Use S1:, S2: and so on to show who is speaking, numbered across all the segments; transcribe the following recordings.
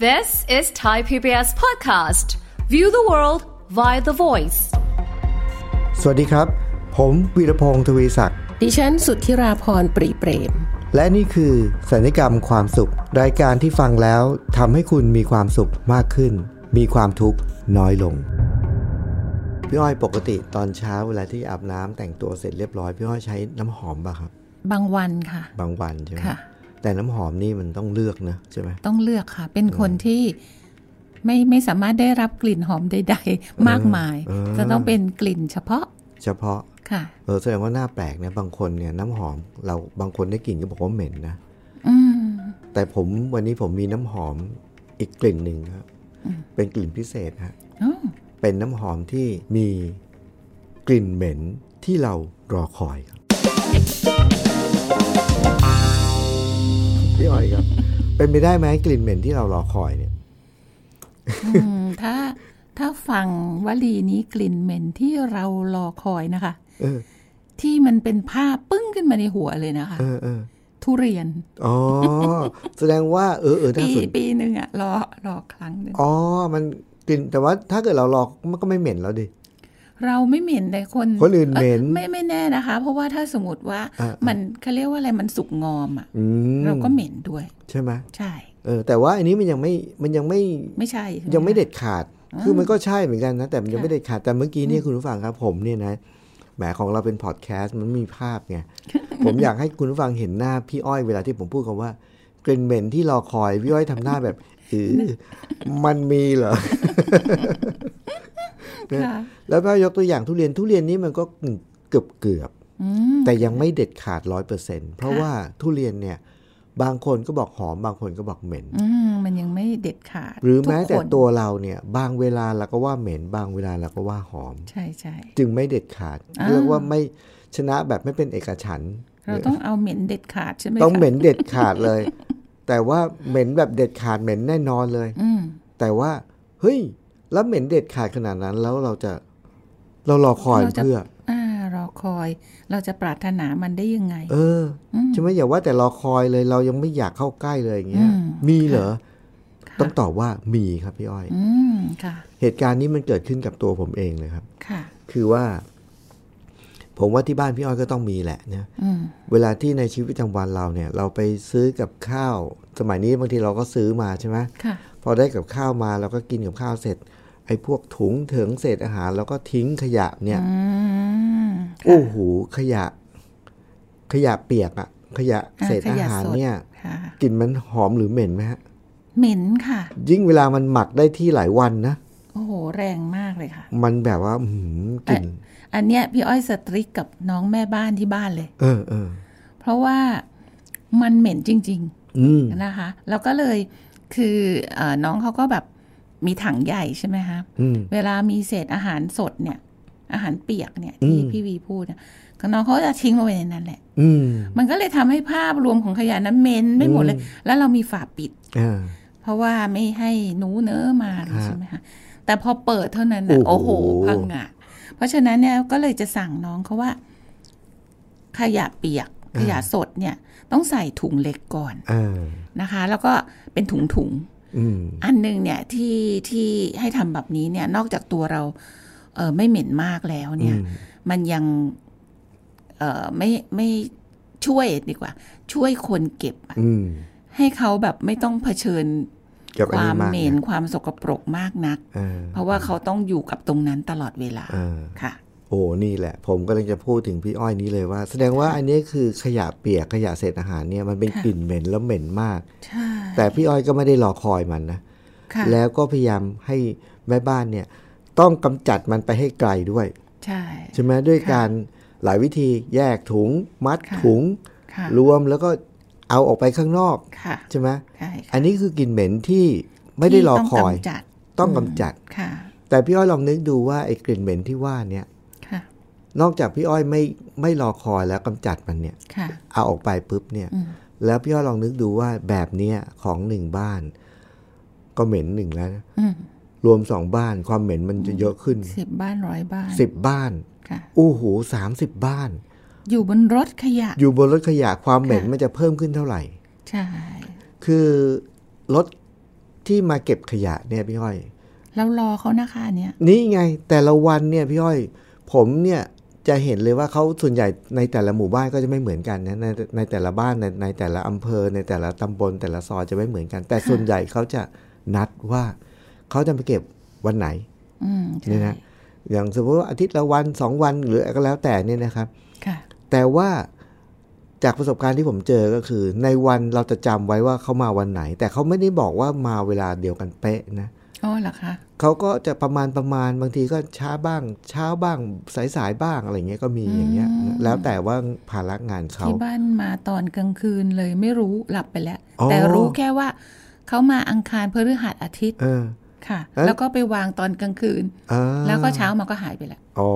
S1: This is Thai PBS Podcast. View the world via the voice.
S2: สวัสดีครับ ผมวีรพงศ์ทวีศักดิ์
S3: ดิฉันสุทธิราพรปรีเปรม
S2: และนี่คือสัญญกรรมความสุข รายการที่ฟังแล้วทำให้คุณมีความสุขมากขึ้น มีความทุกข์น้อยลง พี่อ้อยปกติตอนเช้าเวลาที่อาบน้ำแต่งตัวเสร็จเรียบร้อย พี่อ้อยใช้น้ำหอมป่ะครับ
S3: บางวันค่ะ
S2: บางวันใช่ไหม
S3: ค่ะ
S2: แต่น้ำหอมนี่มันต้องเลือกนะใช่ไหม
S3: ต้องเลือกค่ะ เป็นคนที่ไม่ไม่สามารถได้รับกลิ่นหอมใด ๆ มากมาย
S2: เออ
S3: จะต้องเป็นกลิ่นเฉพาะ
S2: เฉพาะ
S3: ค่ะ
S2: เออแสดงว่าหน้าแปลกนะบางคนเนี่ยน้ำหอมเราบางคนได้กลิ่นก็บอกว่าเหม็นนะ
S3: อืม
S2: แต่ผมวันนี้ผมมีน้ำหอมอีกกลิ่นหนึ่งครับเป็นกลิ่นพิเศษฮะ
S3: อ๋อ
S2: เป็นน้ำหอมที่มีกลิ่นเหม็นที่เรารอคอยครับพี่อ้อยครับ เป็นไปได้ไหมกลิ่นเหม็นที่เรารอคอยเนี่ย
S3: อืมถ้าถ้าฟังวลีนี้กลิ่นเหม็นที่เรารอคอยนะคะ
S2: เออ
S3: ที่มันเป็นภาพปึ้งขึ้นมาในหัวเลยนะคะ
S2: เออเออ
S3: ทุเรียน
S2: อ๋อ แสดงว่าเออเออน่า
S3: ปี
S2: สน
S3: ปีหนึ่งอะรอรอครั้งหนึ่ง
S2: อ๋อ มันกลิ่นแต่ว่าถ้าเกิดเรารอมันก็ไม่เหม็นแล้วดิ
S3: เราไม่เหม็นแต่คน
S2: คนอื่นเหม็น
S3: อ้ยไม่ไม่แน่นะคะ เพราะว่าถ้าสมมติว่า
S2: อ่าอ่ามั
S3: มันเขาเรียกว่าอะไรมันสุกงอมอะ
S2: อืม
S3: เราก็เหม็นด้วย
S2: ใช่ไหม
S3: ใช่
S2: เออ แต่ว่าอันนี้มันยังไม่มันยังไม่
S3: ไม่ใช่ใช่ห
S2: ยังไม่
S3: คะ
S2: เด็ดขาด คือมันก็ใช่เหมือนกันนะ แต่มันยังไม่เด็ดขาด แต่เมื่อกี้เนี่ยคุณผู้ฟังครับผมเนี่ยนะ แหมของเราเป็นพอดแคสต์มันมีภาพ ไง ผมอยากให้คุณผู้ฟังเห็นหน้าพี่อ้อยเวลาที่ผมพูดคำว่ากลิ่นเหม็นที่รอคอย พี่อ้อยทำหน้าแบบ เออมันมีเหรอ
S3: ค่ะ
S2: แล้วพี่อ้อยยกตัวอย่างทุเรียนทุเรียนนี้มันก็เกือบเกือบๆ
S3: อืม
S2: แต่ยังไม่เด็ดขาดร้อยเปอร์เซ็นเพราะ
S3: ค่ะ
S2: ว่าทุเรียนเนี่ยบางคนก็บอกหอมบางคนก็บอกเหม็น
S3: อืมมันยังไม่เด็ดขาด
S2: หรือแม้แต่
S3: ทุกคน
S2: ตัวเราเนี่ยบางเวลาเราก็ว่าเหม็น บางเวลาเราก็ว่าหอม
S3: ใช่ใช่
S2: จึงไม่เด็ดขาด
S3: อ่า
S2: เรียกว่าไม่ชนะแบบไม่เป็นเอกฉันท์
S3: เราต้องเอาเหม็นเด็ดขาดใช่ไหม
S2: ต้อง
S3: คะ
S2: เหม็นเด็ดขาดเลย แต่ว่าเหม็นแบบเด็ดขาดเหม็นแน่นอนเลย
S3: อืม
S2: แต่ว่าเฮ้ยแล้วเหม็นเด็ดขาดขนาดนั้นแล้วเราจะเรารอคอย
S3: เราจะ
S2: เพื่อ
S3: อ่ารอคอย เราจะปรารถนามันได้ยังไง
S2: เอออ
S3: ม
S2: ใช่ไหมอย่าว่าแต่รอคอยเลย เรายังไม่อยากเข้าใกล้เลยอย่างเงี้ย
S3: อืม
S2: มีเหรอ
S3: ค่ะ
S2: ต้องตอบว่ามีครับพี่อ้อย
S3: อืมค่ะ
S2: เหตุการณ์นี้มันเกิดขึ้นกับตัวผมเองเลยครับ
S3: ค่ะ
S2: คือว่า ผมว่าที่บ้านพี่อ้อยก็ต้องมีแหละเนี่ย
S3: อืม
S2: เวลาที่ในชีวิตประจำวันเราเนี่ย เราไปซื้อกับข้าว สมัยนี้บางทีเราก็ซื้อมาใช่ไหม
S3: ค่ะ
S2: พอได้กับข้าวมาเราก็กินกับข้าวเสร็จ ไอ้พวกถุงเถิงเศษอาหารเราก็ทิ้งขยะเนี่ย
S3: อืม
S2: โอ้โหขยะ ขยะเปียกอะขยะเศษอา
S3: อ่า
S2: ย
S3: ขะ
S2: หาร
S3: สด
S2: เนี่ย
S3: ค่ะ
S2: กลิ่นมันหอมหรือเหม็นไหมฮะ
S3: เหม็นค่ะ
S2: ยิ่งเวลามันหมักได้ที่หลายวันนะ
S3: โอ้โห แรงมากเลยค่ะ
S2: มันแบบว่าอื้อหือกลิ่น
S3: อันเนี้ยพี่อ้อยสตริกกับน้องแม่บ้านที่บ้านเลย
S2: เออเออ
S3: เพราะว่ามันเหม็นจริง
S2: อืม
S3: ๆ นะคะ แล้วก็เลยคือเออน้องเขาก็แบบมีถังใหญ่ใช่ไหมคะ
S2: อืม
S3: เวลามีเศษอาหารสดเนี่ย อาหารเปียกเนี่ยที่
S2: อืม
S3: พี่วีพูดเนี่ยน้องเขาจะทิ้งลงไปในนั้นแหละ
S2: อืม
S3: มันก็เลยทำให้ภาพรวมของขยะนั้นเหม็นไม่หมดเลย แล้วเรามีฝาปิด
S2: อ่า
S3: เพราะว่าไม่ให้หนูเนื้อะมาเลย
S2: ฮะ
S3: ใช่ไหมคะแต่พอเปิดเท่านั้นนะ
S2: โอ้
S3: โอ้โห
S2: โห
S3: พังอ่ะ เพราะฉะนั้นเนี่ยก็เลยจะสั่งน้องเขาว่า ขยะเปียก ขยะสดเนี่ย ต้องใส่ถุงเล็กก่อน
S2: อ่า
S3: นะคะ แล้วก็เป็นถุงถุง
S2: อืม
S3: ๆอันหนึงเนี่ยที่ที่ให้ทำแบบนี้เนี่ย นอกจากตัวเรา เออไม่เหม็นมากแล้วเนี่ย
S2: อืม
S3: มันยัง เออไม่ไม่ช่วยดีกว่า ช่วยคนเก็บอะ
S2: อืม
S3: ให้เขาแบบไม่ต้องเผชิญ
S2: กับ
S3: ค
S2: อัน
S3: วา
S2: นี้
S3: ม
S2: มาก
S3: เหม็นความสกปรกมากนัก
S2: เออ
S3: เพราะว่าเขาต้องอยู่กับตรงนั้นตลอดเวลา
S2: เออ
S3: ค่ะ
S2: โอ้นี่แหละ ผมกำลังจะพูดถึงพี่อ้อยนี้เลยว่า แสดงว่าอันนี้คือขยะเปียกขยะเศษอาหารเนี่ยมันเป็น
S3: ค่ะ
S2: กลิ่นเหม็นแล้วเหม็นมาก
S3: ใช่
S2: แต่พี่อ้อยก็ไม่ได้รอคอยมันนะ
S3: ค่ะ
S2: แล้วก็พยายามให้แม่บ้านเนี่ย ต้องกำจัดมันไปให้ไกลด้วย
S3: ใช่
S2: ใช่ไหมด้วยการหลายวิธีแยกถุง มัดถุง
S3: ค่ะ
S2: รวมแล้วก็เอาออกไปข้างนอก
S3: ค่ะ
S2: ใช่ไหม
S3: ใช่
S2: อั
S3: ค่ะ
S2: นนี้คือกลิ่นเหม็นที่ไม่ได้รอ
S3: ที่ต้ง
S2: คอย
S3: กำจัด
S2: ต้องกำจัด
S3: ค่ะ
S2: แต่พี่อ้อยลองนึกดูว่าไอ้กลิ่นเหม็นที่ว่าเนี่ย
S3: ค่ะ
S2: นอกจากพี่อ้อยไม่ไม่รอคอยแล้วกำจัดมันเนี่ย
S3: ค่ะ
S2: เอาออกไปปุ๊บเนี่ย
S3: อืม
S2: แล้วพี่อ้อยลองนึกดูว่าแบบเนี้ยของหนึ่งบ้าน ก็เหม็นหนึ่งแล้วนะ
S3: อืม
S2: รวมสองบ้านความเหม็นมันจะเยอะขึ้น
S3: สิบบ้านร้อยบ้าน
S2: สิบบ้าน
S3: ค่ะ
S2: อู้หูสามสิบบ้าน
S3: อยู่บนรถขยะ
S2: อยู่บนรถขยะความเหม็นมันจะเพิ่มขึ้นเท่าไหร่
S3: ใช่
S2: คือรถ ที่มาเก็บขยะเนี่ยพี่อ้อย
S3: แล้วรอเขานะคะอันเนี่ย
S2: นี่ไงแต่ละวันเนี่ยพี่อ้อย ผมเนี่ยจะเห็นเลยว่าเขาส่วนใหญ่ในแต่ละหมู่บ้านก็จะไม่เหมือนกันนะในในแต่ละบ้านในในแต่ละอำเภอในแต่ละตำบล แต่ละซอยจะไม่เหมือนกัน แต่ส่วนใหญ่เขาจะนัดว่าเขาจะมาเก็บวันไหน
S3: อืมใช่
S2: เนี่ยนะ อย่างสมมติว่าอาทิตย์ละวันสองวันหรืออะไรก็แล้วแต่เนี่ยนะครับ
S3: ค่ะ
S2: แต่ว่าจากประสบการณ์ที่ผมเจอก็คือ ในวันเราจะจำไว้ว่าเขามาวันไหน แต่เขาไม่ได้บอกว่ามาเวลาเดียวกันเป๊ะนะ
S3: อ๋อเหรอคะ
S2: เขาก็จะประมาณประมาณบางทีก็ช้าบ้าง เช้าบ้างสายสายๆบ้างอะไรเงี้ยก็มีอย่างเงี้ยนะแล้วแต่ว่าภาระงานเขา
S3: ที่บ้านมาตอนกลางคืนเลยไม่รู้หลับไปแล้ว
S2: อ๋อ
S3: แต่รู้แค่ว่าเขามาอังคารพฤหัสอาทิตย์
S2: เออ
S3: ค่ะ
S2: แล้ว
S3: แล้วก็ไปวางตอนกลางคืน
S2: อ่า
S3: แล้วก็เช้ามาก็หายไปแล้ว
S2: อ๋อ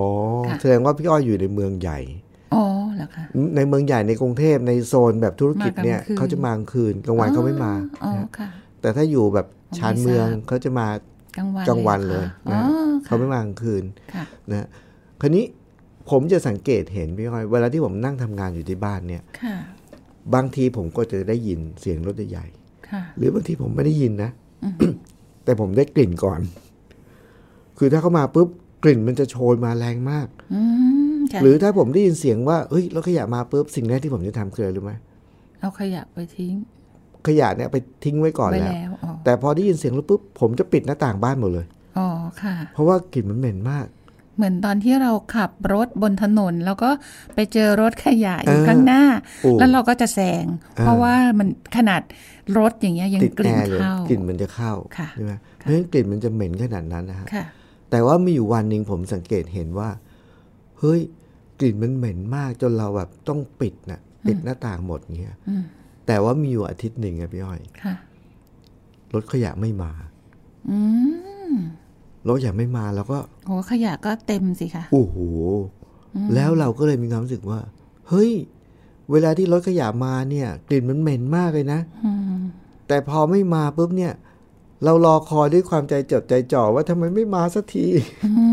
S3: ค่ะ
S2: แสดงว่าพี่อ้อยอยู่ในเมืองใหญ่
S3: อ๋อเหรอคะ
S2: ในเมืองใหญ่ในกรุงเทพในโซนแบบธุรกิจเนี่ย
S3: มากลางคืน
S2: เขาจะมากลางคืนกลางวันเขาไม่มา
S3: อ๋อ
S2: นะ
S3: ค่ะ
S2: แต่ถ้าอยู่แบบชานเมือง
S3: ไม่ทราบ
S2: เขาจะมา
S3: กลางวัน
S2: กลางวันเลย
S3: หรอคะอ๋
S2: นะ
S3: อ
S2: เขาไม่มากลางคืน
S3: ค่ะ
S2: นะคราวนี้ผมจะสังเกตเห็นพี่อ้อยเวลาที่ผมนั่งทำงานอยู่ที่บ้านเนี่ย
S3: ค่ะ
S2: บางทีผมก็จะได้ยินเสียงรถใหญ่
S3: ค่ะ
S2: หรือบางทีผมไม่ได้ยินนะ แต่ผมได้กลิ่นก่อน คือถ้าเข้ามาปุ๊บกลิ่นมันจะโชยมาแรงมาก
S3: อืมค่ะ
S2: หรือถ้าผมได้ยินเสียงว่าเฮ้ยรถขยะมาปุ๊บสิ่งแรกที่ผมจะทำคืออะไรรู้ไหม
S3: เอาขยะไปทิ้ง
S2: ขยะเนี่ยไปทิ้งไว้ก่อน
S3: ไป
S2: แล้ว
S3: แล้วอ๋อ
S2: แต่พอได้ยินเสียงรถปุ๊บผมจะปิดหน้าต่างบ้านหมดเลย
S3: อ๋อค่ะ
S2: เพราะว่ากลิ่นมันเหม็นมาก
S3: เหมือนตอนที่เราขับรถบนถนน แล้วก็ไปเจอรถขยะอยู่
S2: เออ
S3: ข้างหน้า
S2: โอ้
S3: แล้วเราก็จะแซง
S2: ออ
S3: เพราะว่ามันขนาดรถอย่างเงี้ยยัง
S2: ติด
S3: ก
S2: แอ
S3: ลิ่น
S2: ร์เลย
S3: เข้า
S2: กลิ่นมันจะเข้า
S3: ค่ะ
S2: ใช่ไหมเพ
S3: ค่ะ
S2: ราะฉะนั้นกลิ่นมันจะเหม็นขนาดนั้นนะฮะ
S3: ค่ะ
S2: แต่ว่ามีอยู่วันหนึ่งผมสังเกตเห็นว่าเฮ้ยกลิ่นมันเหม็นมากจนเราแบบต้องปิดน่ะปิดหน้าต่างหมดเงี้ย
S3: อืม
S2: แต่ว่ามีอยู่อาทิตย์หนึ่งอะพี่อ้อย
S3: ค่ะ
S2: รถขยะไม่มา
S3: อืม
S2: รถขยะไม่มาเราก็
S3: โหขยะก็เต็มสิคะ
S2: โอ้โหแล้วเราก็เลยมีความรู้สึกว่า เฮ้ย เวลาที่รถขยะมาเนี่ย กลิ่นมันเหม็นมากเลยนะ
S3: อืม
S2: แต่พอไม่มาปุ๊บเนี่ย เรารอคอยด้วยความใจจดใจจ่อว่าทำไมไม่มาสักที
S3: อื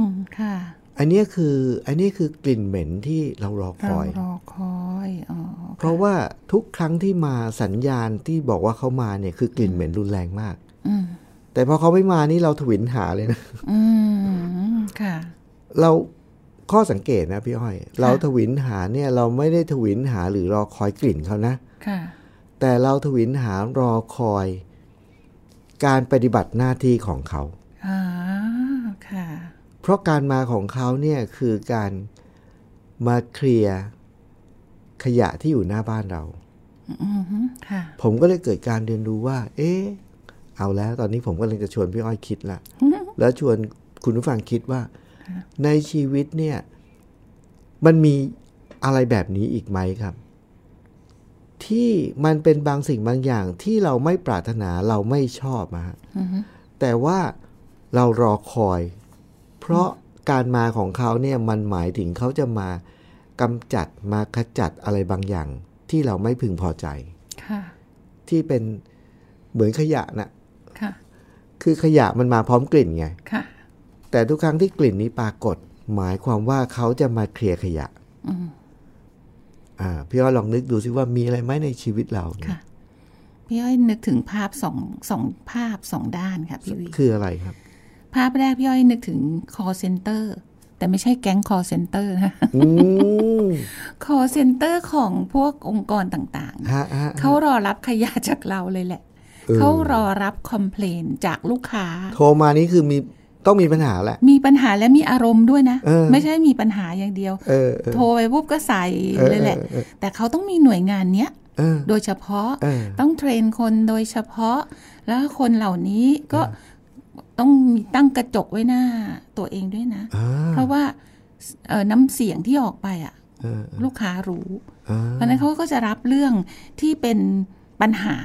S3: มค่ะ
S2: อันเนี้ยคืออันเนี้ยคือกลิ่นเหม็นที่เรารอค
S3: เรา
S2: อย
S3: รอคอยอ๋อ
S2: เพราะว่าทุกครั้งที่มาสัญญาณที่บอกว่าเขามาเนี่ยคือกลิ่นเหม็นรุนแรงมาก
S3: อืม
S2: แต่พอเขาไม่มานี่เราถวิลหาเลยนะ
S3: อืมค่ะ
S2: เราข้อสังเกตนะพี่อ้อย เราถวิลหาเนี่ยเราไม่ได้ถวิลหาหรือรอคอยกลิ่นเขานะ
S3: ค่ะ
S2: แต่เราถวิลหารอคอย การปฏิบัติหน้าที่ของเขา
S3: อ่าค่ะ
S2: เพราะการมาของเขาเนี่ยคือการมาเคลียร์ขยะที่อยู่หน้าบ้านเรา
S3: อืมค่ะ
S2: ผมก็เลยเกิดการเรียนรู้ว่า เอ๊ะ เอาแล้ว ตอนนี้ผมก็เลยจะชวนพี่อ้อยคิดละ แล้วชวนคุณผู้ฟังคิดว่า ในชีวิตเนี่ย มันมีอะไรแบบนี้อีกไหมครับ ที่มันเป็นบางสิ่งบางอย่างที่เราไม่ปรารถนาเราไม่ชอบมาฮะแต่ว่าเรารอคอย เพราะการมาของเขาเนี่ย มันหมายถึงเขาจะมากำจัดมาขจัดอะไรบางอย่าง ที่เราไม่พึงพอใจ
S3: ค่ะ
S2: ที่เป็นเหมือนขยะน่ะ
S3: ค่ะ
S2: คือขยะมันมาพร้อมกลิ่นไง
S3: ค่ะ
S2: แต่ทุกครั้งที่กลิ่นนี้ปรากฏ หมายความว่าเขาจะมาเคลียร์ขยะอ่าพี่อ้อยลองนึกดูซิว่ามีอะไรไหมในชีวิตเราเนี่ย
S3: ค่ะ พี่อ้อยนึกถึงภาพสองสองภาพสองด้านค่ะพี่วี
S2: คืออะไรครับ
S3: ภาพแรกพี่อ้อยนึกถึง call center แต่ไม่ใช่แก๊ง call center นะ
S2: อืม
S3: call center ของพวกองค์กรต่าง
S2: ฮะฮะ
S3: ๆ เขารอรับขยะจากเราเลยแหละ เขารอรับคอมเพลนจากลูกค้า
S2: โทรมานี่คือมีต้องมีปัญหาแหละ
S3: มีปัญหาและมีอารมณ์ด้วยนะ
S2: เออ
S3: ไม่ใช่มีปัญหาอย่างเดียว
S2: เออเออ
S3: โทรไปปุ๊บก็ใส่เลยแหละ
S2: เออเออเออ
S3: แต่เขาต้องมีหน่วยงานเนี้ย
S2: เออ
S3: โดยเฉพาะ
S2: เออ
S3: ต้องเทรนคนโดยเฉพาะ แล้วคนเหล่านี้ก็ต้องมีตั้งกระจกไว้หน้าตัวเองด้วยนะ
S2: อ่า
S3: เพราะว่าเอ่อน้ำเสียงที่ออกไปอะ
S2: เออ
S3: ลูกค้ารู้
S2: อ่า
S3: เพราะฉะนั้นเขาก็จะรับเรื่องที่เป็นปัญหา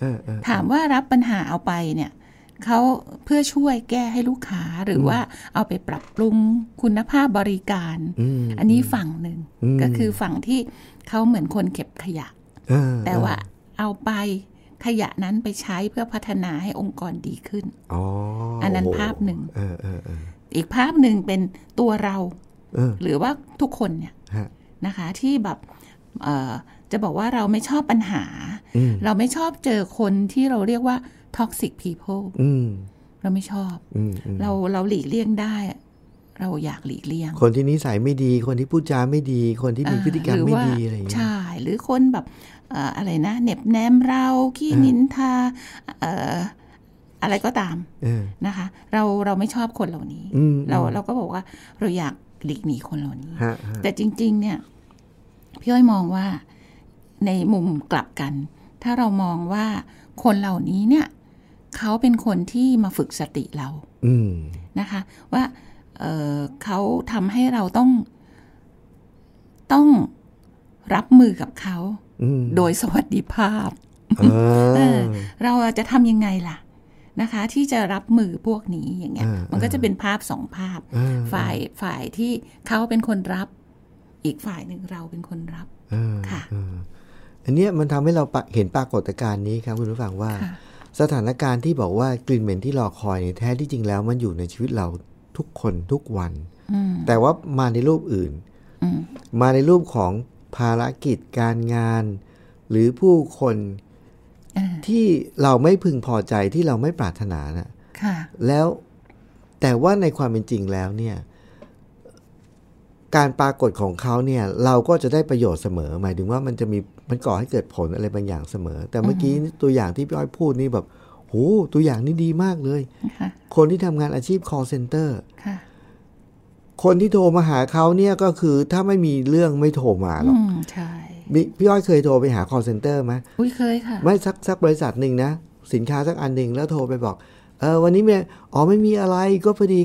S2: เออเออ
S3: ถามว่ารับปัญหาเอาไปเนี่ยเขาเพื่อช่วยแก้ให้ลูกค้าหรือว่าเอาไปปรับปรุงคุณภาพบริการ
S2: อืม
S3: อันนี้ฝั่งหนึ่ง
S2: อืม
S3: ก็คือฝั่งที่เขาเหมือนคนเก็บขยะ
S2: เออ
S3: แต่ว่าเอาไปขยะนั้นไปใช้เพื่อพัฒนาให้องค์กรดีขึ้น
S2: อ๋อ
S3: อั
S2: อั
S3: นนั้นภาพหนึ่ง
S2: เออเออเออ
S3: อีกภาพหนึ่งเป็นตัวเรา
S2: เออ
S3: หรือว่าทุกคนเนี่ย
S2: ฮะ
S3: นะคะที่แบบเอ่อจะบอกว่าเราไม่ชอบปัญหา
S2: อืม
S3: เราไม่ชอบเจอคนที่เราเรียกว่า toxic people
S2: อืม
S3: เราไม่ชอบ
S2: อืมอืม
S3: เราเราหลีกเลี่ยงได้ เราอยากหลีกเลี่ยง
S2: คนที่นิสัยไม่ดี คนที่พูดจาไม่ดี คนที่มีพฤติกรรม
S3: ห
S2: ไม่
S3: ว่า
S2: ดีอะไรอย่างเงี้ย
S3: ใช่หรือคนแบบเอ่ออะไรนะเหน็บแนมเราขี้นินทาเอ่ออะไรก็ตาม
S2: เออ
S3: นะคะ เราเราไม่ชอบคนเหล่านี้
S2: อืม
S3: เราเราก็บอกว่าเราอยากหลีกหนีคนเหล่านี้
S2: ฮะฮะ
S3: แต่จริง ๆ เนี่ยพี่อ้อยมองว่าในมุมกลับกัน ถ้าเรามองว่าคนเหล่านี้เนี่ยเขาเป็นคนที่มาฝึกสติเรา
S2: อืม
S3: นะคะ ว่าเอ่อเขาทำให้เราต้องต้องรับมือกับเขา
S2: อืม
S3: โดยสวัสดิภาพ
S2: เอ
S3: เอ
S2: อ
S3: อเราจะทำยังไงล่ะนะคะ ที่จะรับมือพวกนี้อย่างเงี้ย
S2: อ่ามั
S3: มันก็จะเป็นภาพสองภาพ
S2: อ่า
S3: ฝ่ายฝ่ายที่เขาเป็นคนรับ อีกฝ่ายหนึ่งเราเป็นคนรับ
S2: เออ
S3: ค่ะ
S2: เอออันเนี้ยมันทำให้เราปะเห็นปรากฏการณ์นี้ครับคุณผู้ฟังว่า
S3: ค่ะ
S2: สถานการณ์ที่บอกว่ากลิ่นเหม็นที่รอคอยเนี่ยแท้ที่จริงแล้วมันอยู่ในชีวิตเราทุกคนทุกวัน
S3: อืม
S2: แต่ว่ามาในรูปอื่น
S3: อืม
S2: มาในรูปของภารกิจการงาน หรือผู้คน
S3: เออ
S2: ที่เราไม่พึงพอใจที่เราไม่ปรารถนานะ
S3: ค่ะ
S2: แล้วแต่ว่าในความเป็นจริงแล้วเนี่ย การปรากฏของเขาเนี่ย เราก็จะได้ประโยชน์เสมอ หมายถึงว่ามันจะมีมันก่อให้เกิดผลอะไรบางอย่างเสมอ แต่เมื่อกี้ตัวอย่างที่พี่อ้อยพูดนี่แบบโหตัวอย่างนี่ดีมากเลย
S3: ค่ะ
S2: คนที่ทำงานอาชีพ call center
S3: ค่ะ
S2: คนที่โทรมาหาเขาเนี่ยก็คือถ้าไม่มีเรื่องไม่โทรมาหร
S3: อื
S2: อก
S3: มใช่
S2: มีพี่อ้อยเคยโทรไปหา call center ไหม
S3: อุ้ยเคยค่ะ
S2: ไม่สักสักบริษัทหนึ่งนะ สินค้าสักอันหนึ่งแล้วโทรไปบอก เออวันนี้เมียอ๋อไม่มีอะไรก็พอดี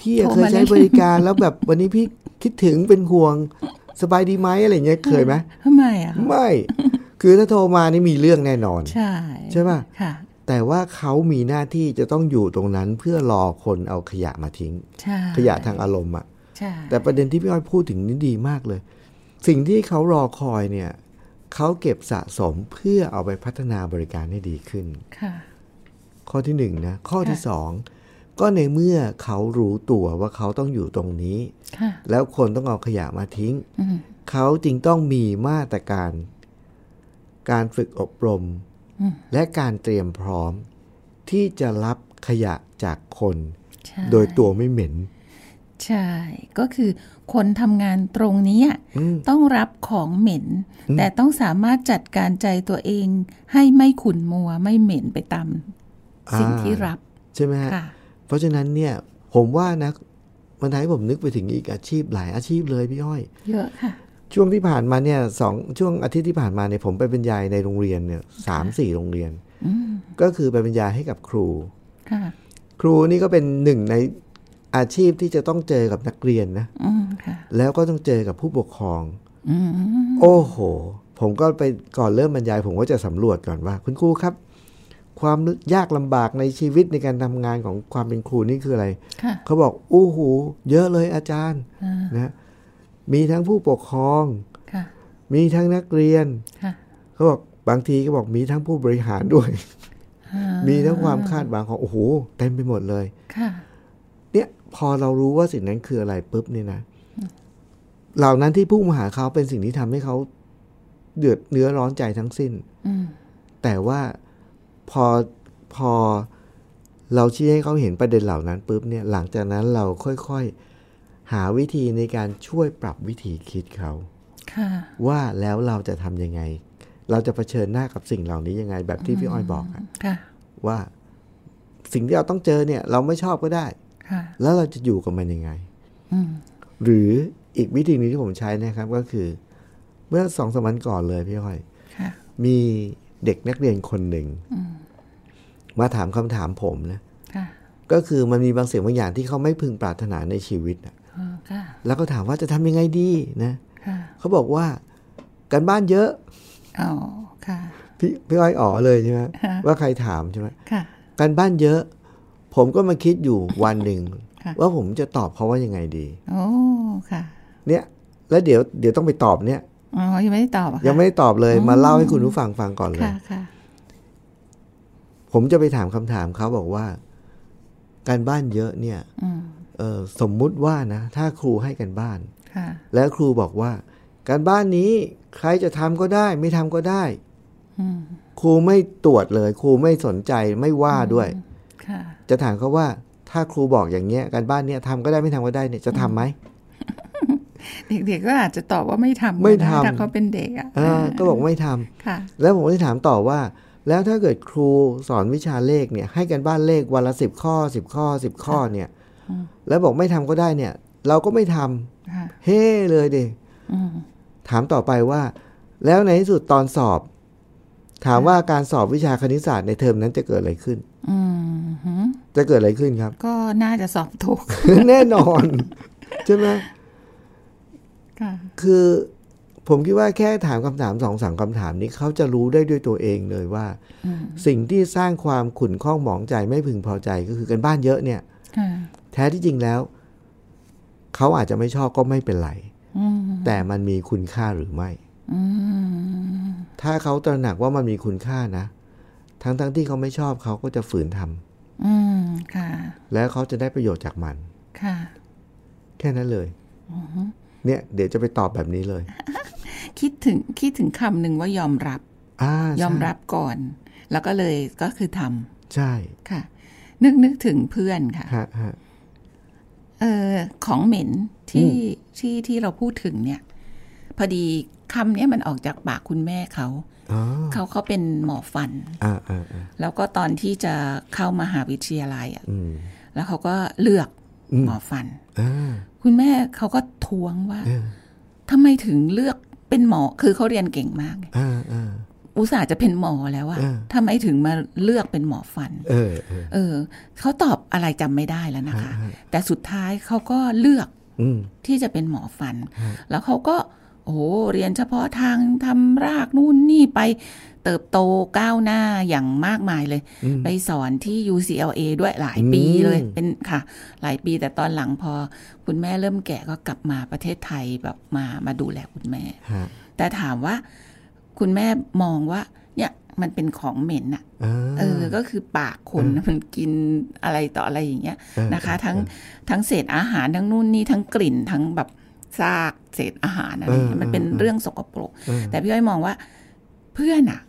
S2: พี่อะ
S3: โทร
S2: เคย
S3: มาเล่น
S2: ใช้บริการแล้วแบบวันนี้พี่คิดถึงเป็นห่วงสบายดีไหมอะไรเงี้ยเคยไหม
S3: ทำไมอ่ะคะ
S2: ไม่ คือถ้าโทรมานี่มีเรื่องแน่นอน
S3: ใช่
S2: ใช่ป่ะ
S3: ค่ะ
S2: แต่ว่าเขามีหน้าที่จะต้องอยู่ตรงนั้นเพื่อรอคนเอาขยะมาทิ้ง
S3: ใช่
S2: ขยะทางอารมณ์อะ
S3: ใช่
S2: แต่ประเด็นที่พี่อ้อยพูดถึงนี่ดีมากเลย สิ่งที่เขารอคอยเนี่ยเขาเก็บสะสมเพื่อเอาไปพัฒนาบริการให้ดีขึ้น
S3: ค่ะ
S2: ข้อที่หนึ่งนะข้อที่
S3: ค่ะ
S2: สองก็ในเมื่อเขารู้ตัวว่าเขาต้องอยู่ตรงนี้
S3: ค่ะ
S2: แล้วคนต้องเอาขยะมาทิ้ง
S3: อืม
S2: เขาจึงต้องมีมาตรการ การฝึกอบรม
S3: อืม
S2: และการเตรียมพร้อม ที่จะรับขยะจากคน
S3: ใช่
S2: โดยตัวไม่เหม็น
S3: ใช่ ก็คือคนทำงานตรงนี้อะ
S2: อืม
S3: ต้องรับของเหม็น แต่ต้องสามารถจัดการใจตัวเอง ให้ไม่ขุ่นมัวไม่เหม็นไปตามสิ่งที่รับ
S2: ใช่ไหมฮะ
S3: ค่ะ
S2: เพราะฉะนั้นเนี่ยผมว่านะมันทำให้ผมนึกไปถึงอีกอาชีพหลายอาชีพเลยพี่อ้อย
S3: เยอะค่ะ
S2: ช่วงที่ผ่านมาเนี่ยสองช่วงอาทิตย์ที่ผ่านมาเนี่ยผมไปบรรยายในโรงเรียนเนี่ยสามสี่โรงเรียน
S3: อืม
S2: ก็คือไปบรรยายให้กับครู
S3: ค่ะ
S2: ครูนี่ก็เป็นหนึ่งในอาชีพที่จะต้องเจอกับนักเรียนนะ
S3: อืมค่ะ
S2: แล้วก็ต้องเจอกับผู้ปกครอง
S3: อืม
S2: โอ้โห ผมก็ไปก่อนเริ่มบรรยาย ผมก็จะสำรวจก่อนว่า คุณครูครับ ความยากลำบากในชีวิตในการทำงานของความเป็นครูนี่คืออะไร
S3: ค่ะ
S2: เขาบอกอู้หู เยอะเลยอาจารย์นะมีทั้งผู้ปกครอง
S3: ค่ะ
S2: มีทั้งนักเรียน
S3: ค่ะ
S2: เขาบอกบางทีก็บอกมีทั้งผู้บริหารด้วย มีทั้งความคาดหวังของโอ้โหเต็มไปหมดเลย
S3: ค่ะ
S2: เนี่ยพอเรารู้ว่าสิ่งนั้นคืออะไรปุ๊บเนี่ยนะ เหล่านั้นที่พุ่งมาหาเขาเป็นสิ่งที่ทำให้เขาเดือดเนื้อร้อนใจทั้งสิ้น
S3: อืม
S2: แต่ว่าพอพอเราชี้ให้เขาเห็นประเด็นเหล่านั้นปุ๊บเนี่ยหลังจากนั้นเราค่อยๆ หาวิธีในการช่วยปรับวิธีคิดเขา
S3: ค่ะ
S2: ว่าแล้วเราจะทำยังไง เราจะเผชิญหน้ากับสิ่งเหล่านี้ยังไง แบบที่พี่อ้อยบอกอะ
S3: ค่ะ
S2: ว่าสิ่งที่เราต้องเจอเนี่ย เราไม่ชอบก็ได้
S3: ค่ะ
S2: แล้วเราจะอยู่กับมันยังไง
S3: อืม
S2: หรืออีกวิธีหนึงที่ผมใช้นะครับก็คือ เมื่อสองสามวันก่อนเลยพี่อ้อย
S3: ค่ะ
S2: มีเด็กนักเรียนคนหนึ่งมาถามคำถามผมนะ
S3: ค่ะ
S2: ก็คือมันมีบางสิ่งบางอย่างที่เขาไม่พึงปรารถนาในชีวิตน่ะ
S3: อ๋อค่ะ
S2: แล้วก็ถามว่าจะทำยังไงดีนะ
S3: ค่ะ
S2: เขาบอกว่าการบ้านเยอะ
S3: อ๋อค่ะ
S2: พี่พี่อ้อยอ๋อเลยใช่ไหม
S3: ค่ะ
S2: ว่าใครถามใช่ไหม
S3: ค่ะ
S2: การบ้านเยอะ ผมก็มาคิด อยู่วันหนึ่ง
S3: ค่ะ
S2: ว่าผมจะตอบเขาว่ายังไงดี
S3: โอ้ ค่ะ
S2: เนี่ย แล้วเดี๋ยวเดี๋ยวต้องไปตอบเนี่ย
S3: อ๋อ ยังไม่ได้ตอบอะค่ะ
S2: ยังไม่ได้ตอบเลยมาเล่าให้คุณผู้ฟังฟังก่อนเลย
S3: ค่ะ ค่ะ
S2: ผมจะไปถามคำถามเขาบอกว่า การบ้านเยอะเนี่ย
S3: อืม
S2: เอ่อสมมุติว่านะ ถ้าครูให้กันบ้าน
S3: ค่ะ
S2: แล้วครูบอกว่า การบ้านนี้ใครจะทำก็ได้ ไม่ทำก็ได้ ครูไม่ตรวจเลย ครูไม่สนใจไม่ว่าด้วย
S3: ค่ะ
S2: จะถามเขาว่าถ้าครูบอกอย่างเงี้ยการบ้านเนี้ยทำก็ได้ไม่ทำก็ได้เนี่ยจะทำไหม
S3: เด็กๆก็อาจจะตอบว่าไม่ทำก็ด้
S2: ไม่ทำ
S3: ถ้าเขาเป็นเด็กอ่ะ
S2: เออก็บอกไม่ทำ
S3: ค่ะ
S2: แล้วผมก็จะถามต่อว่า แล้วถ้าเกิดครูสอนวิชาเลขเนี่ย ให้กันบ้านเลขวันละสิบข้อสิบข้อสิบข้อเนี่ย แล้วบอกไม่ทำก็ได้เนี่ย เราก็ไม่ทำ
S3: ค่ะ
S2: เฮ้เลยดิ
S3: อืม
S2: ถามต่อไปว่า แล้วในที่สุดตอนสอบ ถามว่าการสอบวิชาคณิตศาสตร์ในเทอมนั้นจะเกิดอะไรขึ้น
S3: อืมหือ
S2: จะเกิดอะไรขึ้นครับ
S3: ก็น่าจะสอบถูก
S2: แน่นอน ใช่ไหม
S3: ค่ะ
S2: คือผมคิดว่าแค่ถามคำถามสองสามคำถามนี้เขาจะรู้ได้ด้วยตัวเองเลยว่า
S3: อืม
S2: สิ่งที่สร้างความขุ่นข้องหมองใจไม่พึงพอใจก็คือกันบ้านเยอะเนี่ย
S3: ค่ะ
S2: แท้ที่จริงแล้ว เขาอาจจะไม่ชอบก็ไม่เป็นไร
S3: อืม
S2: แต่มันมีคุณค่าหรือไม่
S3: อืม
S2: ถ้าเขาตระหนักว่ามันมีคุณค่านะ ทั้งๆที่เขาไม่ชอบเขาก็จะฝืนทำ
S3: อืมค่ะ
S2: แล้วเขาจะได้ประโยชน์จากมัน
S3: ค่ะ
S2: แค่นั้นเลยเนี่ย เดี๋ยวจะไปตอบแบบนี้เลย
S3: คิดถึงคิดถึงคำหนึ่งว่ายอมรับ
S2: อ่าย ย
S3: อมรับก่อน แล้วก็เลยก็คือท
S2: ใช่
S3: ำค่ะ นึกนึกถึงเพื่อนค่ะ
S2: ฮะฮะ
S3: เออของเหม็นที่ที่ที่เราพูดถึงเนี่ย พอดีคำเนี้ยมันออกจากปากคุณแม่เขา
S2: อ๋อ
S3: เขาเขาเป็นหมอฟัน
S2: อ่าอ่าอ่า
S3: แล้วก็ตอนที่จะเข้ามหาวิทยาลัยอ่ะ
S2: อืม
S3: แล้วเขาก็เลือก
S2: อืม
S3: หมอฟัน
S2: อ่า
S3: คุณแม่เขาก็ทวงว่า
S2: เออ
S3: ทำไมถึงเลือกเป็นหมอคือเขาเรียนเก่งมากไง
S2: อ่าอ่า
S3: อุตส่าห์จะเป็นหมอแล้วอะ
S2: เออ
S3: ทำไมถึงมาเลือกเป็นหมอฟัน
S2: เออเออ
S3: เออเขาตอบอะไรจำไม่ได้แล้วนะคะ
S2: ฮะฮะ
S3: แต่สุดท้ายเขาก็เลือก
S2: อืม
S3: ที่จะเป็นหมอฟัน
S2: ฮะ
S3: แล้วเขาก็โอ้โหเรียนเฉพาะทางทำรากนู่นนี่ไปเติบโตก้าวหน้าอย่างมากมายเลย
S2: อืม
S3: ไปสอนที่ UCLA ด้วยหลายปี
S2: อืม
S3: เลยเป็นค่ะ หลายปีแต่ตอนหลังพอคุณแม่เริ่มแก่ก็กลับมาประเทศไทยแบบมามาดูแลคุณแม่
S2: ฮะ
S3: แต่ถามว่าคุณแม่มองว่าเนี่ยมันเป็นของเหม็นอะ
S2: อ่า
S3: เออ ก็คือปากคนมันกินอะไรต่ออะไรอย่างเงี้ย
S2: เออ
S3: นะคะ
S2: เออ
S3: ทั้ง
S2: เอ
S3: ทั้งเศษอาหารทั้งนู่นนี่ทั้งกลิ่นทั้งแบบซากเศษอาหารอะไรอย่างเงี้ย
S2: เออ
S3: มันเป็น
S2: เออ
S3: เรื่องสกปรก
S2: เออ
S3: แต่พี่อ้อยมองว่า เพื่อนอ่ะ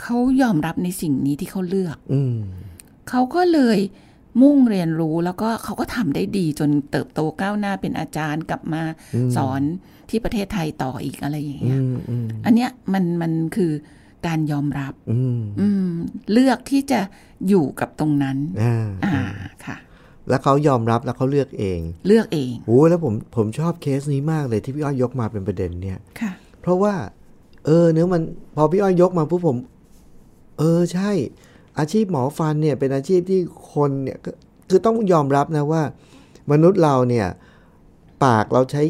S3: เขายอมรับในสิ่งนี้ที่เขาเลือก
S2: อืม
S3: เขาก็เลยมุ่งเรียนรู้แล้วก็เขาก็ทำได้ดีจนเติบโตก้าวหน้าเป็นอาจารย์กลับมา
S2: อืม
S3: สอนที่ประเทศไทยต่ออีกอะไรอย่าง
S2: อื
S3: เงี้ย
S2: มอืม
S3: อันเนี้ยมันมันคือการยอมรับ
S2: อืม
S3: อืมเลือกที่จะอยู่กับตรงนั้น
S2: อ่า
S3: อ่าค่ะ
S2: แล้วเขายอมรับแล้วเขาเลือกเอง
S3: เลือกเอง
S2: โอ้แล้วผมผมชอบเคสนี้มากเลยที่พี่อ้อยยกมาเป็นประเด็นเนี่ย
S3: ค่ะ
S2: เพราะว่า เออเนื้อมันพอพี่อ้อยยกมาปุ๊บผม เออใช่ อาชีพหมอฟันเนี่ย เป็นอาชีพที่คนเนี่ยก็คือต้องยอมรับนะว่า มนุษย์เราเนี่ย ปากเราใช้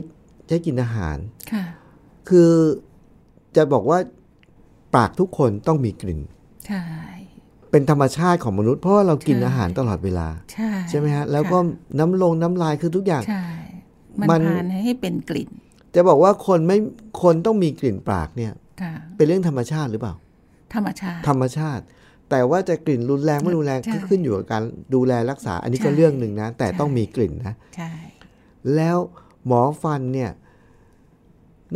S2: ใช้กินอาหาร
S3: ค่ะ
S2: คือจะบอกว่าปากทุกคนต้องมีกลิ่น
S3: ใช่
S2: เป็นธรรมชาติของมนุษย์เพราะว่าเรากิน
S3: ใช่
S2: อาหารตลอดเวลา
S3: ใช่
S2: ใช่ไหมฮะ แล้วก็
S3: ค่
S2: น้ำลงน้ำลายคือทุกอย่าง
S3: ะใช่ มัน
S2: มัน
S3: พานให้เป็นกลิ่น
S2: จะบอกว่าคนไม่คนต้องมีกลิ่นปากเนี่ย
S3: ค่ะ
S2: เป็นเรื่องธรรมชาติหรือเปล่า
S3: ธรรมชาติ
S2: ธรรมชาติ แต่ว่าจะกลิ่นรุนแรงไม่รุนแรง
S3: ใช่
S2: ก็ขึ้นอยู่กับการดูแลรักษา อันนี้ก็
S3: ใช่
S2: เรื่องหนึ่งนะ แต่
S3: ใช่
S2: ต้องมีกลิ่นนะ
S3: ใช่
S2: แล้วหมอฟันเนี่ย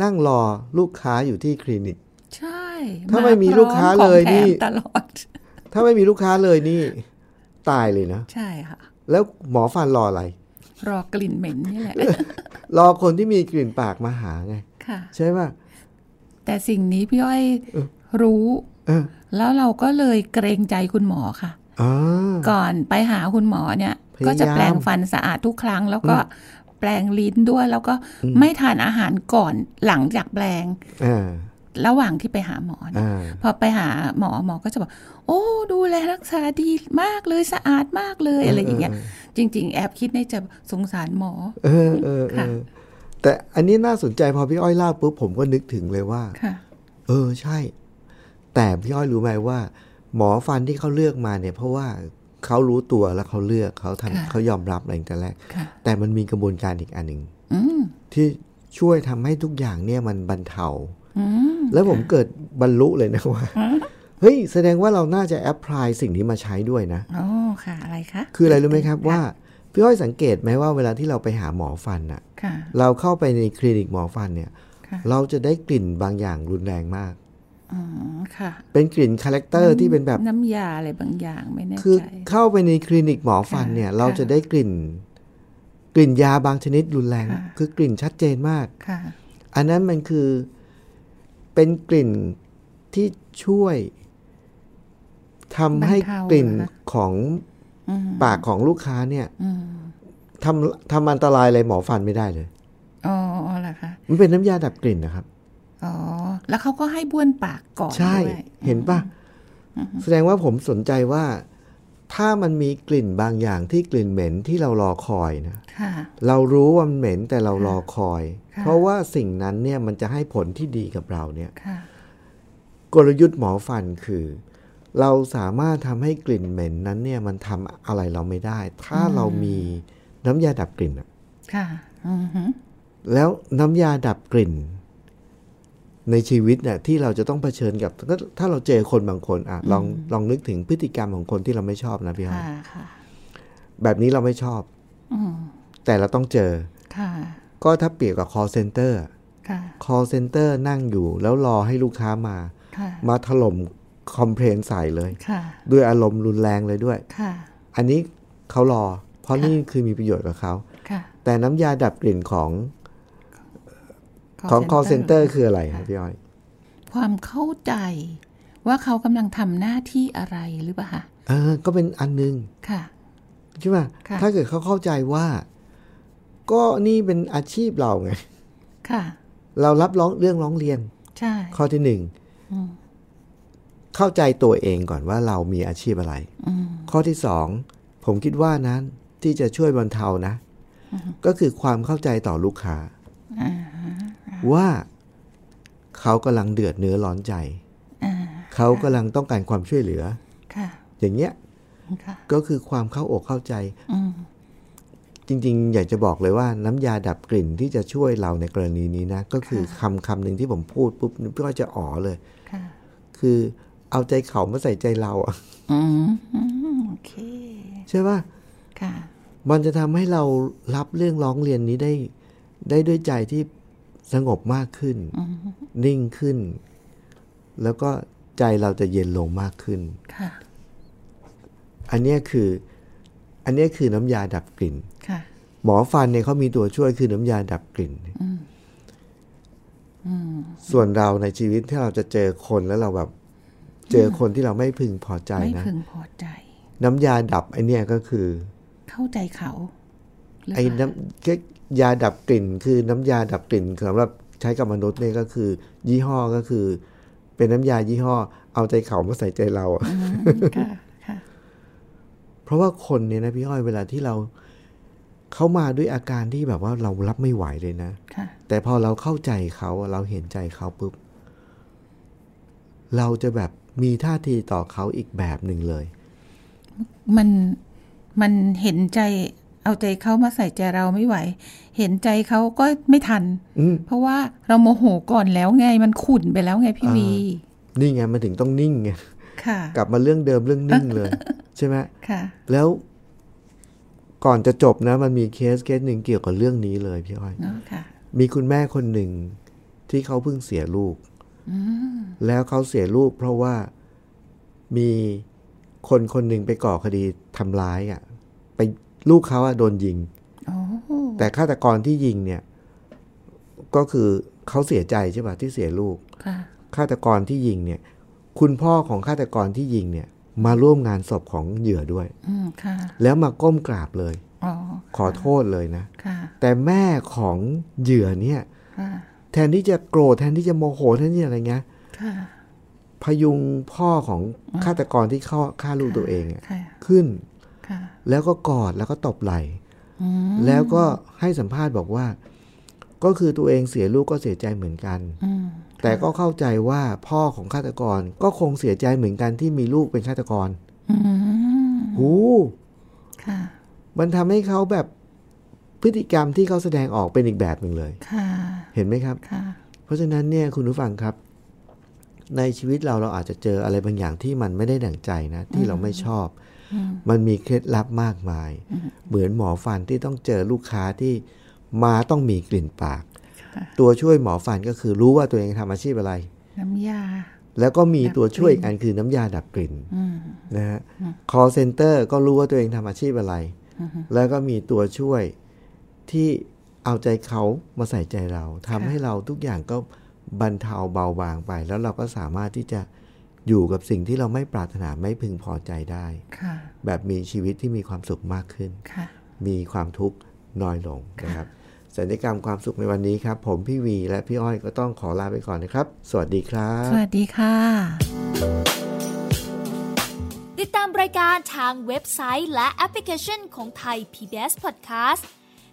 S2: นั่งรอลูกค้าอยู่ที่คลินิก
S3: ใช่
S2: ถ้าไม่มี
S3: พร้อ
S2: ลูกค้าเลย
S3: ของแถม
S2: นี่
S3: ตลอด
S2: ถ้าไม่มีลูกค้าเลยนี่ ตายเลยนะ
S3: ใช่ค่ะ
S2: แล้วหมอฟันรออะไร
S3: รอกลิ่นเหม็นนี่แหละ
S2: รอคนที่มีกลิ่นปากมาหาไง
S3: ค่ะ
S2: ใช่ป่ะ
S3: แต่สิ่งนี้พี่อ้อย
S2: เออ
S3: รู้
S2: เออ
S3: แล้วเราก็เลยเกรงใจคุณหมอค่ะ
S2: อ่า
S3: ก่อนไปหาคุณหมอเนี่ย
S2: พยายาม
S3: ก็จะแปรงฟันสะอาดทุกครั้ง แล้วก็แปรงลิ้นด้วย แล้วก็ไม่ทานอาหารก่อนหลังจากแปรง
S2: อ่า
S3: ระหว่างที่ไปหาหมอนะ
S2: อ่า
S3: พอไปหาหมอหมอก็จะบอก โอ้ ดูแลรักษาดีมากเลยสะอาดมากเลยอะไรอย่างเงี้ย จริง ๆ แอบคิดในใจสงสารหมอ
S2: เออเออเอ
S3: ค่ะ
S2: อแต่อันนี้น่าสนใจพอพี่อ้อยเล่าปุ๊บผมก็นึกถึงเลยว่า
S3: ค่ะ
S2: เออใช่ แต่พี่อ้อยรู้ไหมว่า หมอฟันที่เขาเลือกมาเนี่ย เพราะว่าเขารู้ตัวแล้วเขาเลือกเขาทำ
S3: ค่ะ
S2: เขายอมรับอะไรตั้งแต่แรก
S3: ค่ะ
S2: แต่มันมีกระบวนการอีกอันหนึ่ง
S3: อืม
S2: ที่ช่วยทำให้ทุกอย่างเนี่ยมันบรรเทา
S3: อืม
S2: แล้วผมเกิดบรรลุเลยนะว่า เฮ้ย แสดงว่าเราน่าจะแอพพลายสิ่งนี้มาใช้ด้วยนะ
S3: โอ้ค่ะ อะไรคะ
S2: คืออะไรรู้ไหมครับว่า พี่อ้อยสังเกตไหมว่าเวลาที่เราไปหาหมอฟันอะ
S3: ค่ะ
S2: เราเข้าไปในคลินิกหมอฟันเนี่ย
S3: ค่ะ
S2: เราจะได้กลิ่นบางอย่างรุนแรงมาก
S3: อ อ๋อค่ะ
S2: เป็นกลิ่นคาแรคเตอร์ที่เป็นแบบ
S3: น้ำยาอะไรบางอย่างไม่แน่
S2: คือ
S3: ใจ
S2: เข้าไปในคลินิกหมอฟันเนี่ย
S3: ค่ะ
S2: เราจะได้กลิ่น กลิ่นยาบางชนิดรุนแรง
S3: ค่ะ
S2: คือกลิ่นชัดเจนมาก
S3: ค่ะ
S2: อันนั้นมันคือเป็นกลิ่นที่ช่วยทำให้
S3: บรรเทาก
S2: ลิ่น
S3: เหรอคะ
S2: ของ
S3: อืม
S2: ปากของลูกค้าเนี่ย
S3: อืม
S2: ทำทำอันตรายอะไรหมอฟันไม่ได้เลย
S3: อ๋ออ๋อเหรอคะ
S2: มันเป็นน้ำยาดับกลิ่นนะครับ
S3: อ๋อแล้วเขาก็ให้บ้วนปากก่อน
S2: ใช่
S3: ด้วย
S2: เห็นป่ะ แสดงว่าผมสนใจว่า ถ้ามันมีกลิ่นบางอย่างที่กลิ่นเหม็นที่เรารอคอยนะ
S3: ค่ะ
S2: เรารู้ว่ามันเหม็นแต่เรารอคอย
S3: ค่ะ
S2: เพราะว่าสิ่งนั้นเนี่ยมันจะให้ผลที่ดีกับเราเนี่ย
S3: ค่ะ
S2: กลยุทธ์หมอฟันคือ เราสามารถทำให้กลิ่นเหม็นนั้นเนี่ยมันทำอะไรเราไม่ได้ ถ้าเรามีน้ำยาดับกลิ่นอะ
S3: ค่ะอืมฮึ
S2: แล้วน้ำยาดับกลิ่น ในชีวิตเนี่ยที่เราจะต้องเผชิญกับถ้าถ้าเราเจอคนบางคนอ่ะลองลองนึกถึงพฤติกรรมของคนที่เราไม่ชอบนะพี่ฮอ
S3: ค่ะ
S2: ย
S3: ค่ะ
S2: แบบนี้เราไม่ชอบ
S3: อืม
S2: แต่เราต้องเจอ
S3: ค่ะ
S2: ก็ถ้าเปรียบกับ call center อะ
S3: ค่ะ
S2: call center นั่งอยู่แล้วรอให้ลูกค้ามา
S3: ค่ะ
S2: มาถล่มคอมเพลนใส่เลย
S3: ค่ะ
S2: ด้วยอารมณ์รุนแรงเลยด้วย
S3: ค่ะ
S2: อันนี้เขารอ เพราะนี่คือมีประโยชน์กับเขา
S3: ค่ะ
S2: แต่น้ำยาดับกลิ่นของของ call center คืออะไรครับพี่อ้อย
S3: ความเข้าใจว่าเขากำลังทำหน้าที่อะไรหรือเปล่าคะ
S2: เออ ก็เป็นอันหนึง
S3: ค่ะ
S2: ใช่ไหม
S3: ค่ะ
S2: ถ้าเกิดเขาเข้าใจว่า ก็นี่เป็นอาชีพเราไง
S3: ค่ะ
S2: เรารับร้องเรื่องร้องเรียน
S3: ใช่
S2: ข้อที่หนึ่ง
S3: อืม
S2: เข้าใจตัวเองก่อนว่าเรามีอาชีพอะไร
S3: อืม
S2: ข้อที่สองผมคิดว่านั้นที่จะช่วยบรรเทานะ ก็คือความเข้าใจต่อลูกค้า
S3: อ่า
S2: ว่าเขากำลังเดือดเนื้อร้อนใจ
S3: อ่า
S2: เขากำลังต้องการความช่วยเหลือ
S3: ค่ะ
S2: อย่างเงี้ย
S3: ค่ะ
S2: ก็คือความเข้าอกเข้าใจ
S3: อืม
S2: จริง ๆ อยากจะบอกเลยว่าน้ำยาดับกลิ่นที่จะช่วยเราในกรณีนี้นะ ก็คือคำคำหนึ่งที่ผมพูดปุ๊บพี่ก็จะอ๋อเลย
S3: ค่ะ
S2: คือเอาใจเขามาใส่ใจเราอะ
S3: อืมอืมโอเค
S2: ใช่ป่ะ
S3: ค่ะ
S2: มันจะทำให้เรารับเรื่องร้องเรียนนี้ได้ ได้ด้วยใจที่สงบมากขึ้น นิ่งขึ้น แล้วก็ใจเราจะเย็นลงมากขึ้น
S3: ค่ะ
S2: อันเนี้ยคือ อันเนี้ยคือน้ำยาดับกลิ่น
S3: ค่ะ
S2: หมอฟันเนี่ยเขามีตัวช่วยคือน้ำยาดับกลิ่นส่วนเราในชีวิตที่เราจะเจอคนแล้วเราแบบ เจอคนที่เราไม่พึงพอใจ
S3: ไม่
S2: นะ
S3: พึงพอใจ
S2: น้ำยาดับไอเนี่ยก็คือ
S3: เข้าใจเขาหรือ
S2: ไอ้
S3: เปล่า
S2: น้ำแค่ยาดับกลิ่น คือน้ำยาดับกลิ่นสำหรับใช้กับมนุษย์เนี่ยก็คือ ยี่ห้อก็คือ เป็นน้ำยายี่ห้อ เอาใจเขามาใส่ใจเราอะ
S3: อืมค่ะ ค่ะ
S2: เพราะว่าคนเนี่ยนะพี่อ้อยเวลาที่เราเข้ามาด้วยอาการที่แบบว่าเรารับไม่ไหวเลยนะ
S3: ค่ะ
S2: แต่พอเราเข้าใจเขาอะเราเห็นใจเขาปุ๊บ เราจะแบบมีท่าทีต่อเขาอีกแบบหนึ่งเลย
S3: มันมันเห็นใจ เอาใจเขามาใส่ใจเราไม่ไหว เห็นใจเขาก็ไม่ทัน
S2: อืม
S3: เพราะว่าเราโมโหก่อนแล้วไงมันขุ่นไปแล้วไงพี่วี
S2: นี่ไงมันถึงต้องนิ่งไง
S3: ค่ะ
S2: กลับมาเรื่องเดิมเรื่องนิ่งเลย ใช่ไหม
S3: ค่ะ
S2: แล้วก่อนจะจบนะ มันมีเคสเคสหนึ่งเกี่ยวกับเรื่องนี้เลยพี่อ้อย
S3: เนาะค่ะ
S2: มีคุณแม่คนหนึ่งที่เขาเพิ่งเสียลูกแล้วเขาเสียลูกเพราะว่ามีคนคนหนึ่งไปก่อคดีทำร้ายอะ่ะ ไปลูกเขาอะโดนยิง
S3: โอ้โห
S2: แต่ฆาตกรที่ยิงเนี่ย ก็คือเขาเสียใจใช่ป่ะที่เสียลูก
S3: ค่ะ
S2: ฆาตกรที่ยิงเนี่ย คุณพ่อของฆาตกรที่ยิงเนี่ย มาร่วมงานศพของเหยื่อด้วย
S3: อืม ค่ะ
S2: แล้วมาก้มกราบเลย
S3: อ๋อ
S2: ขอโทษเลยนะ
S3: ค่ะ
S2: แต่แม่ของเหยื่อเนี่ย
S3: ค่ะ
S2: แทนที่จะโกรธแทนที่จะโมโหแทนที่จะอะไรเงี้ย
S3: ค่ะ
S2: พยุงพ่อของฆาตกรที่ฆ่าฆ่าลูกตัวเองอะ
S3: ค่ะ
S2: ขึ้น
S3: ค่ะ
S2: แล้วก็กอดแล้วก็ตบไหล่
S3: อืม
S2: แล้วก็ให้สัมภาษณ์บอกว่า ก็คือตัวเองเสียลูกก็เสียใจเหมือนกัน
S3: อืม
S2: แต่ก็เข้าใจว่าพ่อของฆาตกรก็คงเสียใจเหมือนกันที่มีลูกเป็นฆาตกร
S3: อืม
S2: หู
S3: ค่ะ
S2: มันทำให้เขาแบบพฤติกรรมที่เขาแสดงออกเป็นอีกแบบหนึ่งเลย
S3: ค่ะ
S2: เห็นไหมครับ
S3: ค่ะ
S2: เพราะฉะนั้นเนี่ยคุณผู้ฟังครับ ในชีวิตเราเราอาจจะเจออะไรบางอย่างที่มันไม่ได้ดั่งใจนะ ที่เราไม่ชอบ มันมีเคล็ดลับมากมาย เหมือนหมอฟันที่ต้องเจอลูกค้าที่มาต้องมีกลิ่นปาก
S3: ค่ะ
S2: ตัวช่วยหมอฟันก็คือรู้ว่าตัวเองทำอาชีพอะไร
S3: น้ำยา
S2: แล้วก็มี
S3: ดับ
S2: ตัวช่วยอีก
S3: กลิ่น
S2: อันคือน้ำยาดับกลิ่น
S3: อืม
S2: นะฮะ
S3: อืม
S2: call center ก็รู้ว่าตัวเองทำอาชีพอะไร
S3: อือฮึ
S2: แล้วก็มีตัวช่วยที่เอาใจเขามาใส่ใจเราทำ
S3: ค่ะ
S2: ให้เราทุกอย่างก็บรรเทาเบาบางไป แล้วเราก็สามารถที่จะอยู่กับสิ่งที่เราไม่ปรารถนาไม่พึงพอใจได้
S3: ค่ะ
S2: แบบมีชีวิตที่มีความสุขมากขึ้น
S3: ค่ะ
S2: มีความทุกข์น้อยลงนะครับสัญญกรรมความสุขในวันนี้ครับ ผมพี่วีและพี่อ้อยก็ต้องขอลาไปก่อนนะครับ สวัสดีครับ
S3: สวัสดีค่ะ
S4: ติดตามรายการทางเว็บไซต์และแอปพลิเคชันของไทย PBS Podcast